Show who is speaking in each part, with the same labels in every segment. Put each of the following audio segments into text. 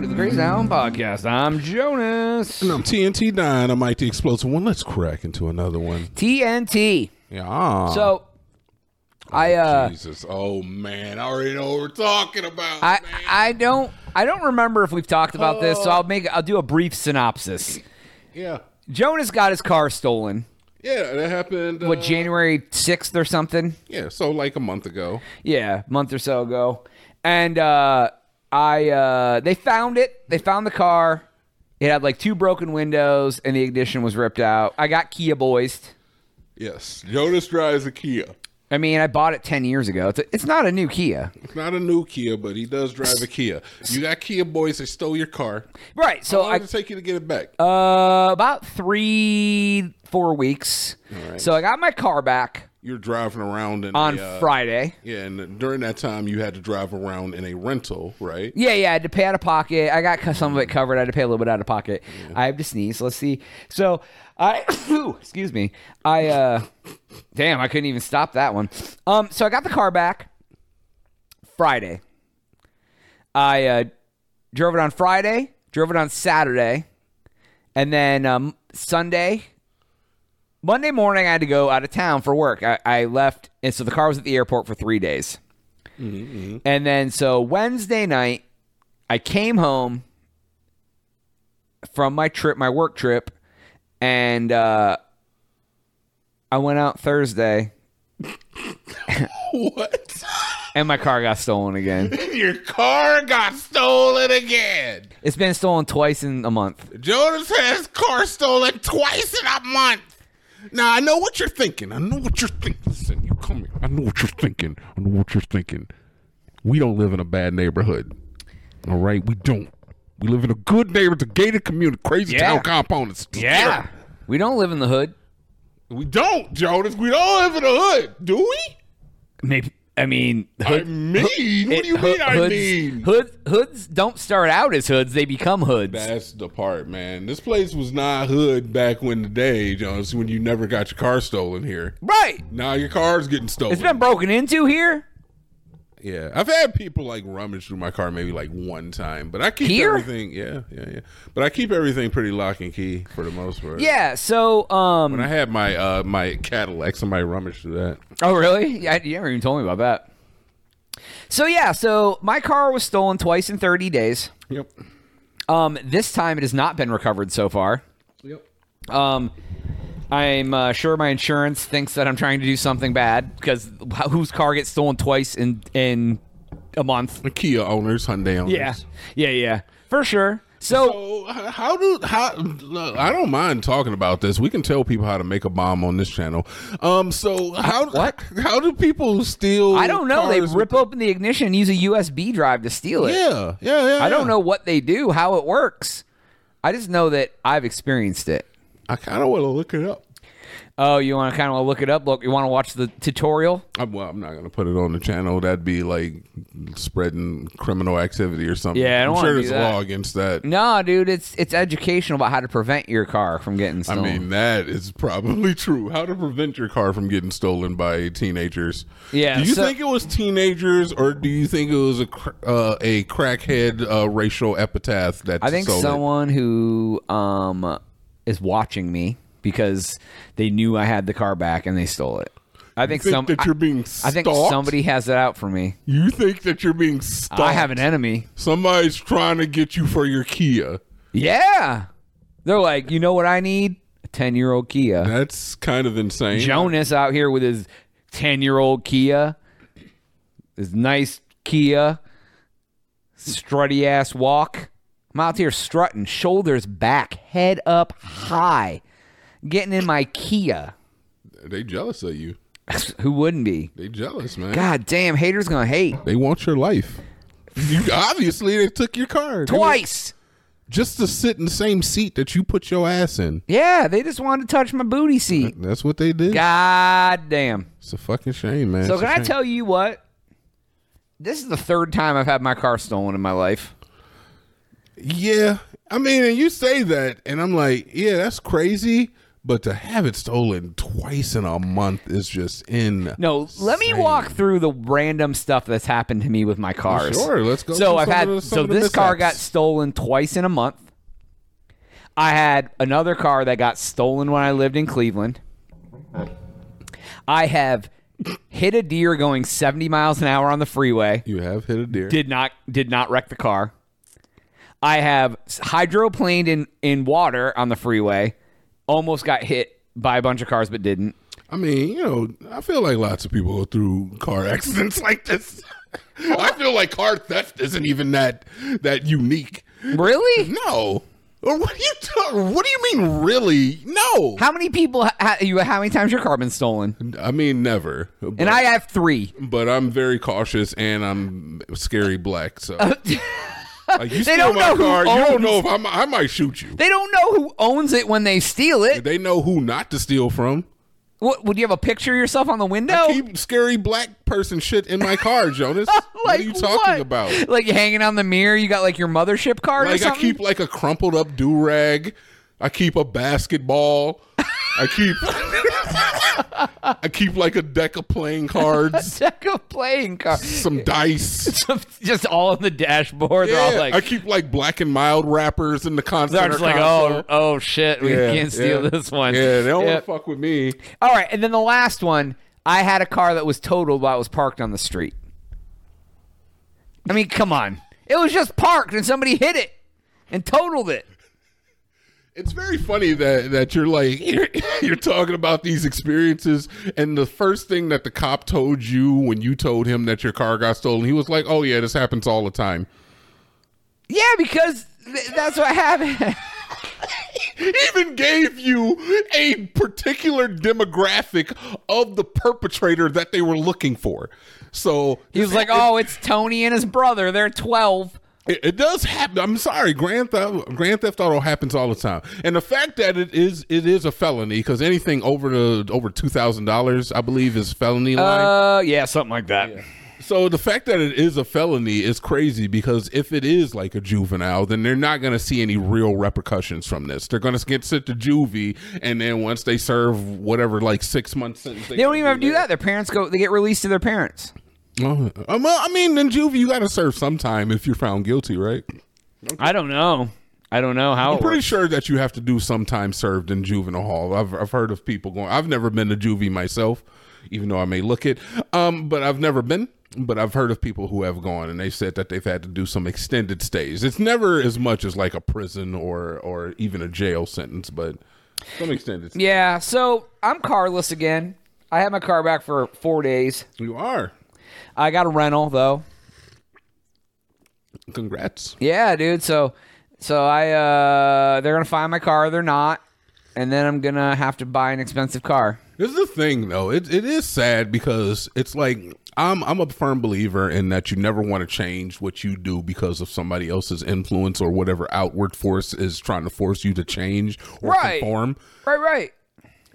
Speaker 1: Film Podcast. I'm Jonas.
Speaker 2: And I'm TNT nine. I'm Mike the Explosive One. Let's crack into another one.
Speaker 1: TNT.
Speaker 2: Yeah.
Speaker 1: So I uh
Speaker 2: Jesus. Ah. Oh man, I already know what we're talking about. man.
Speaker 1: I I don't I don't remember if we've talked about this, so I'll make I'll do a brief synopsis.
Speaker 2: yeah.
Speaker 1: Jonas got his car stolen.
Speaker 2: Yeah, that happened. Uh,
Speaker 1: What January 6th or something?
Speaker 2: yeah, so like a month ago.
Speaker 1: Yeah, a month or so ago. And uh I uh they found it. They found the car. It had like two broken windows and the ignition was ripped out. I got Kia Boys.
Speaker 2: Yes. Jonas drives a Kia.
Speaker 1: I mean, I bought it 10 years ago. It's, a, it's not a new Kia.
Speaker 2: It's not a new Kia, but he does drive a Kia. You got Kia boys that stole your car.
Speaker 1: Right. So
Speaker 2: How long
Speaker 1: I
Speaker 2: did it take you to get it back?
Speaker 1: Uh, about three, four weeks.
Speaker 2: right.
Speaker 1: So I got my car back
Speaker 2: You're driving around in
Speaker 1: on
Speaker 2: a, uh,
Speaker 1: Friday.
Speaker 2: Yeah, and during that time you had to drive around in a rental, right?
Speaker 1: Yeah, yeah. I had to pay out of pocket. I got cu- some of it covered. I had to pay a little bit out of pocket. I have to sneeze. Let's see. So I, excuse me. I, uh, damn, I couldn't even stop that one. Um, so I got the car back Friday. I uh, drove it on Friday, drove it on Saturday, and then um, Sunday, Monday morning, I had to go out of town for work. I, I left, and so the car was at the airport for three days. And then so Wednesday night, I came home from my trip, my work trip, and uh, I went out Thursday,
Speaker 2: What?
Speaker 1: and my car got stolen again.
Speaker 2: your car got stolen again.
Speaker 1: it's been stolen twice in a month.
Speaker 2: Jonas has car stolen twice in a month. Now I know what you're thinking. I know what you're thinking. Listen, you come here. I know what you're thinking. I know what you're thinking. We don't live in a bad neighborhood. All right, we don't. We live in a good neighborhood, a gated community, crazy
Speaker 1: Yeah.
Speaker 2: town compound. It's
Speaker 1: Yeah, we don't live in the hood.
Speaker 2: we don't, Jonas. We don't live in a hood, do we?
Speaker 1: Maybe I mean,
Speaker 2: I mean, what do you mean? I
Speaker 1: hoods,
Speaker 2: mean,
Speaker 1: hood, hoods don't start out as hoods; they become hoods.
Speaker 2: That's the part, man. This place was not hood back when the day, Jonas, when you never got your car stolen here.
Speaker 1: right?
Speaker 2: Now your car's getting stolen.
Speaker 1: It's been broken into here.
Speaker 2: yeah, I've had people like rummage through my car maybe like one time, but I keep
Speaker 1: Here?
Speaker 2: everything. Yeah, yeah, yeah. But I keep everything pretty lock and key for the most part.
Speaker 1: Yeah. So, um,
Speaker 2: When I had my uh my Cadillac, somebody rummaged through that.
Speaker 1: Oh, really? Yeah, you never even told me about that. So yeah, so my car was stolen twice in 30 days.
Speaker 2: Yep.
Speaker 1: Um, this time it has not been recovered so far.
Speaker 2: Yep.
Speaker 1: Um, I'm uh, sure my insurance thinks that I'm trying to do something bad because whose car gets stolen twice in in a month?
Speaker 2: The Kia owners, Hyundai owners.
Speaker 1: Yeah, yeah, yeah, for sure. So,
Speaker 2: So h- how do how? Look, I don't mind talking about this. We can tell people how to make a bomb on this channel. Um. So how
Speaker 1: What?
Speaker 2: How do people steal?
Speaker 1: I don't know. They
Speaker 2: cars
Speaker 1: rip open the ignition and use a USB drive to steal it.
Speaker 2: With, yeah, yeah, yeah.
Speaker 1: I don't
Speaker 2: yeah.
Speaker 1: know what they do, how it works. I just know that I've experienced it.
Speaker 2: I kind of want to look it up.
Speaker 1: Oh, you want to kind of look it up? Look, you want to watch the tutorial?
Speaker 2: I'm, well, I'm not gonna put it on the channel. That'd be like spreading criminal activity or something.
Speaker 1: Yeah, I
Speaker 2: I'm
Speaker 1: don't wanna
Speaker 2: sure
Speaker 1: do
Speaker 2: there's
Speaker 1: that.
Speaker 2: a law against that.
Speaker 1: No, dude, it's it's educational about how to prevent your car from getting
Speaker 2: I
Speaker 1: stolen.
Speaker 2: mean, that is probably true. How to prevent your car from getting stolen by teenagers?
Speaker 1: Yeah,
Speaker 2: Do you
Speaker 1: so-
Speaker 2: think it was teenagers, or do you think it was a cr- uh, a crackhead uh, racial epitaph that
Speaker 1: I think
Speaker 2: stole it?
Speaker 1: someone who um is watching me because they knew I had the car back and they stole it. I think,
Speaker 2: You think
Speaker 1: some.
Speaker 2: that
Speaker 1: I-
Speaker 2: you're being
Speaker 1: I, think
Speaker 2: stalked?
Speaker 1: somebody has it out for me.
Speaker 2: You think that you're being stalked?
Speaker 1: I have an enemy.
Speaker 2: Somebody's trying to get you for your Kia.
Speaker 1: Yeah, they're like, you know what I need? A ten-year-old Kia.
Speaker 2: That's kind of insane.
Speaker 1: Jonas out here with his 10 year old Kia, his nice Kia, strutty ass walk. I'm out here strutting, shoulders back, head up high, getting in my Kia.
Speaker 2: they jealous of you.
Speaker 1: Who wouldn't be?
Speaker 2: They jealous, man.
Speaker 1: God damn, haters gonna hate.
Speaker 2: They want your life. You obviously they took your car They want-
Speaker 1: Twice.
Speaker 2: just to sit in the same seat that you put your ass in.
Speaker 1: Yeah, they just wanted to touch my booty seat.
Speaker 2: That's what they did.
Speaker 1: God damn.
Speaker 2: It's a fucking shame, man.
Speaker 1: So,
Speaker 2: It's a
Speaker 1: can I
Speaker 2: shame.
Speaker 1: tell you what? This is the third time I've had my car stolen in my life.
Speaker 2: Yeah, I mean, and you say that, and I'm like, yeah, that's crazy. But to have it stolen twice in a month is just in.
Speaker 1: No, let me walk through the random stuff that's happened to me with my cars.
Speaker 2: Sure, let's go
Speaker 1: So
Speaker 2: through
Speaker 1: I've
Speaker 2: some
Speaker 1: had
Speaker 2: of the- some
Speaker 1: so
Speaker 2: of the
Speaker 1: this car got
Speaker 2: mishaps.
Speaker 1: stolen twice in a month. I had another car that got stolen when I lived in Cleveland. I have hit a deer going 70 miles an hour on the freeway.
Speaker 2: You have hit a deer.
Speaker 1: Did not did not wreck the car. I have s- hydroplaned in in water on the freeway. Almost got hit by a bunch of cars but didn't.
Speaker 2: I mean, you know, I feel like lots of people go through car accidents like this. I feel like car theft isn't even that that unique.
Speaker 1: Really?
Speaker 2: No. Or what do you ta- what do you mean really? No.
Speaker 1: How many people? Ha- ha- you? How many times your car been stolen?
Speaker 2: I mean never. But,
Speaker 1: And I have three.
Speaker 2: but I'm very cautious and I'm scary black, so like you steal
Speaker 1: don't
Speaker 2: my
Speaker 1: know who
Speaker 2: car, you don't
Speaker 1: owns-
Speaker 2: know if I'm, I might shoot you.
Speaker 1: They don't know who owns it when they steal it.
Speaker 2: They know who not to steal from.
Speaker 1: What? Would you have a picture of yourself on the window?
Speaker 2: Keep scary black person shit in my car, Jonas. what are you talking
Speaker 1: what?
Speaker 2: about?
Speaker 1: Like hanging on the mirror, you got like your mothership card or
Speaker 2: Like I
Speaker 1: something.
Speaker 2: keep like a crumpled up do rag. I keep a basketball. I keep I keep like a deck of playing cards,
Speaker 1: Deck of playing cards.
Speaker 2: some dice.
Speaker 1: Just all on the dashboard. They're all
Speaker 2: Yeah,
Speaker 1: like,
Speaker 2: I keep like black and mild wrappers in the concert.
Speaker 1: they're just like, oh, oh shit, we can't steal this one.
Speaker 2: Yeah, they don't
Speaker 1: Yep.
Speaker 2: want to fuck with me.
Speaker 1: All right, and then the last one, I had a car that was totaled while it was parked on the street. I mean, come on. It was just parked and somebody hit it and totaled it.
Speaker 2: It's very funny that that you're like you're, you're talking about these experiences, and the first thing that the cop told you when you told him that your car got stolen, he was like, "Oh yeah, this happens all the time."
Speaker 1: Yeah, because th- that's what happened.
Speaker 2: even gave you a particular demographic of the perpetrator that they were looking for. So
Speaker 1: He was like, "Oh, it's Tony and his brother. They're 12."
Speaker 2: it, it does happen. I'm sorry, Grand Theft Grand Theft Auto happens all the time, and the fact that it is it is a felony because anything over the over two thousand dollars, I believe, is felony line.
Speaker 1: Uh, yeah, something like that.
Speaker 2: So the fact that it is a felony is crazy because if it is like a juvenile, then they're not going to see any real repercussions from this. They're going to get sent to juvie, and then once they serve whatever like six months sentence,
Speaker 1: They don't even have to do that. Their parents go they get released to their parents.
Speaker 2: Oh, um, well, I mean, in juvie, you got to serve some time if you're found guilty, right?
Speaker 1: I don't know. I don't know how.
Speaker 2: I'm pretty sure that you have to do some time served in juvenile hall. I've I've heard of people going. I've never been to juvie myself, even though I may look it. Um, but I've never been. But I've heard of people who have gone, and they said that they've had to do some extended stays. It's never as much as like a prison or or even a jail sentence, but some extended. stays.
Speaker 1: yeah, so I'm carless again. I had my car back for 4 days.
Speaker 2: You are.
Speaker 1: I got a rental though.
Speaker 2: Congrats.
Speaker 1: Yeah, dude. So so I uh they're going to find my car, they're not, and then I'm going to have to buy an expensive car.
Speaker 2: This is the thing, though. It it is sad because it's like I'm I'm a firm believer in that you never want to change what you do because of somebody else's influence or whatever outward force is trying to force you to change or
Speaker 1: Right.
Speaker 2: conform.
Speaker 1: Right, right.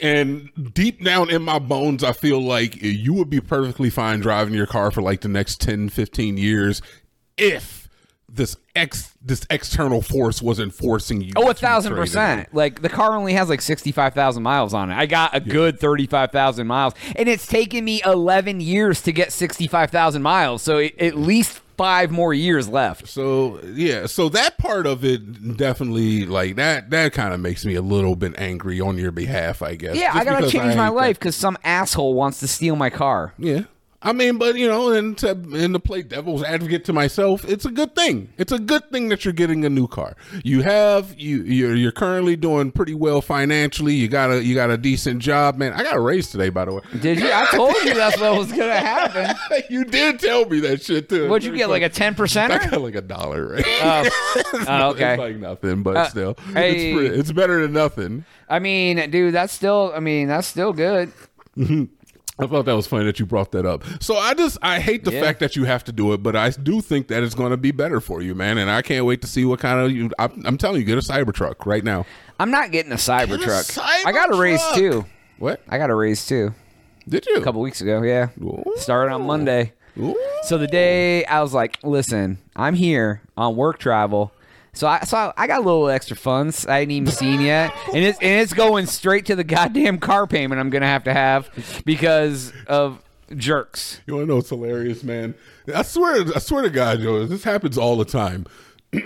Speaker 2: And deep down in my bones, I feel like you would be perfectly fine driving your car for like the next 10, 15 years if this ex this external force wasn't forcing you.
Speaker 1: Oh, a
Speaker 2: to
Speaker 1: thousand
Speaker 2: trade it.
Speaker 1: percent. Like the car only has like sixty-five thousand miles on it. I got a good thirty-five thousand miles, and it's taken me eleven years to get sixty-five thousand miles. So it, at least five more years left.
Speaker 2: So yeah, so that part of it definitely like that that kind of makes me a little bit angry on your behalf, I guess.
Speaker 1: Yeah,
Speaker 2: Just
Speaker 1: I gotta
Speaker 2: because
Speaker 1: change
Speaker 2: hate
Speaker 1: my
Speaker 2: that-
Speaker 1: life because some asshole wants to steal my car.
Speaker 2: Yeah. I mean, but you know, and to and to play devil's advocate to myself, it's a good thing. It's a good thing that you're getting a new car. You have you you're you're currently doing pretty well financially. You got a you got a decent job, man. I got a raise today, by the way.
Speaker 1: Did you? I told you that's what was gonna happen.
Speaker 2: you did tell me that shit too.
Speaker 1: What'd you get? Like a ten
Speaker 2: I
Speaker 1: percenter?
Speaker 2: got like a dollar, right?
Speaker 1: Oh,
Speaker 2: It's
Speaker 1: okay. Uh,
Speaker 2: like nothing, but still,
Speaker 1: hey.
Speaker 2: it's, pretty, it's better than nothing.
Speaker 1: I mean, dude, that's still. I mean, that's still good.
Speaker 2: I thought that was funny that you brought that up. So I just I hate the
Speaker 1: Yeah.
Speaker 2: fact that you have to do it, but I do think that it's going to be better for you, man. And I can't wait to see what kind of you. I'm, I'm telling you, get a Cybertruck right now.
Speaker 1: I'm not getting a Cybertruck. I got a raise
Speaker 2: Cybertruck.
Speaker 1: too.
Speaker 2: What
Speaker 1: I got a raise too.
Speaker 2: did you?
Speaker 1: A couple weeks ago, yeah.
Speaker 2: Ooh.
Speaker 1: Started on Monday.
Speaker 2: Ooh.
Speaker 1: So the day I was like, listen, I'm here on work travel. So I so I- I got a little extra funds I ain't even seen yet, and it's and it's going straight to the goddamn car payment I'm gonna have to have because of jerks.
Speaker 2: You want to know what's hilarious, man? I swear, I swear to God, Joe, this happens all the time.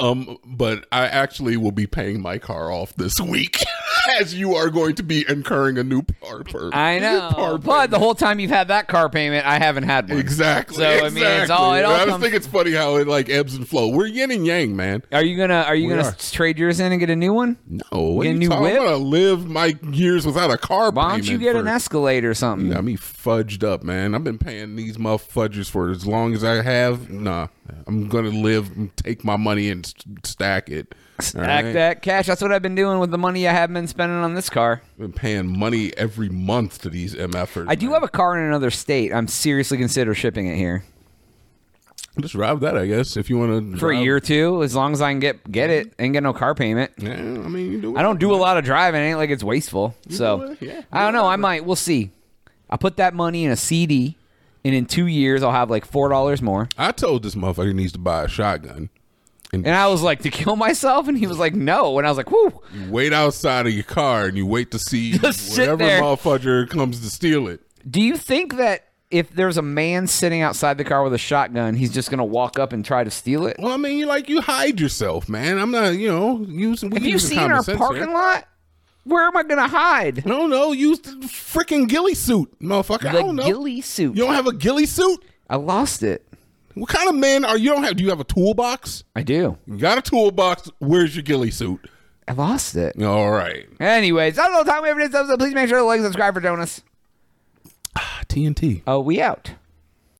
Speaker 2: um, but I actually will be paying my car off this week, as you are going to be incurring a new car per.
Speaker 1: I know,
Speaker 2: car
Speaker 1: but the
Speaker 2: payment.
Speaker 1: whole time you've had that car payment, I haven't had one.
Speaker 2: exactly.
Speaker 1: So I mean, it's all
Speaker 2: exactly.
Speaker 1: it all
Speaker 2: I just
Speaker 1: comes.
Speaker 2: think it's funny how it like ebbs and flow. We're yin and yang, man.
Speaker 1: are you gonna are you gonna
Speaker 2: are.
Speaker 1: s- trade yours in and get a new one?
Speaker 2: No, what are
Speaker 1: Get a
Speaker 2: you
Speaker 1: new
Speaker 2: talking
Speaker 1: whip?
Speaker 2: about? I live my years without a car.
Speaker 1: Why don't you
Speaker 2: payment
Speaker 1: get
Speaker 2: for-
Speaker 1: an Escalade or something?
Speaker 2: Got me fudged up, man. I've been paying these motherfudgers for as long as I have. Nah, I'm gonna live, take my money and st- stack it. All
Speaker 1: Act
Speaker 2: right?
Speaker 1: that cash. That's what I've been doing with the money I have been spending on this car.
Speaker 2: I've been paying money every month to these MFers.
Speaker 1: I do
Speaker 2: man.
Speaker 1: have a car in another state. I'm seriously consider shipping it here
Speaker 2: just drive that, I guess, if you want to.
Speaker 1: for a year or two, as long as I can get get it and get no car payment.
Speaker 2: Yeah, I mean, you do.
Speaker 1: I don't do a lot of driving. It ain't like it's wasteful.
Speaker 2: do
Speaker 1: So
Speaker 2: it, yeah.
Speaker 1: I don't know. I might. We'll see. I put that money in a CD, and in two years I'll have like four dollars more.
Speaker 2: I told this motherfucker he needs to buy a shotgun.
Speaker 1: And I was like, to kill myself, and he was like, no. And I was like, whoo.
Speaker 2: You wait outside of your car and you wait to see
Speaker 1: Just sit
Speaker 2: whatever
Speaker 1: there.
Speaker 2: motherfucker comes to steal it.
Speaker 1: Do you think that if there's a man sitting outside the car with a shotgun, he's just gonna walk up and try to steal it?
Speaker 2: Well, I mean, you like you hide yourself, man. I'm not, you know, using.
Speaker 1: Have you seen our parking lot? Where am I gonna hide?
Speaker 2: No, no, use the freaking ghillie suit, motherfucker. I
Speaker 1: The
Speaker 2: don't know.
Speaker 1: ghillie suit.
Speaker 2: You don't have a ghillie suit?
Speaker 1: I lost it.
Speaker 2: What kind of man are you? Don't have? Do you have a toolbox?
Speaker 1: I do.
Speaker 2: You got a toolbox? Where's your ghillie suit?
Speaker 1: I lost it.
Speaker 2: All right.
Speaker 1: Anyways, that's all the time we have for this episode. Please make sure to like, subscribe for Jonas.
Speaker 2: TNT.
Speaker 1: Oh, we out.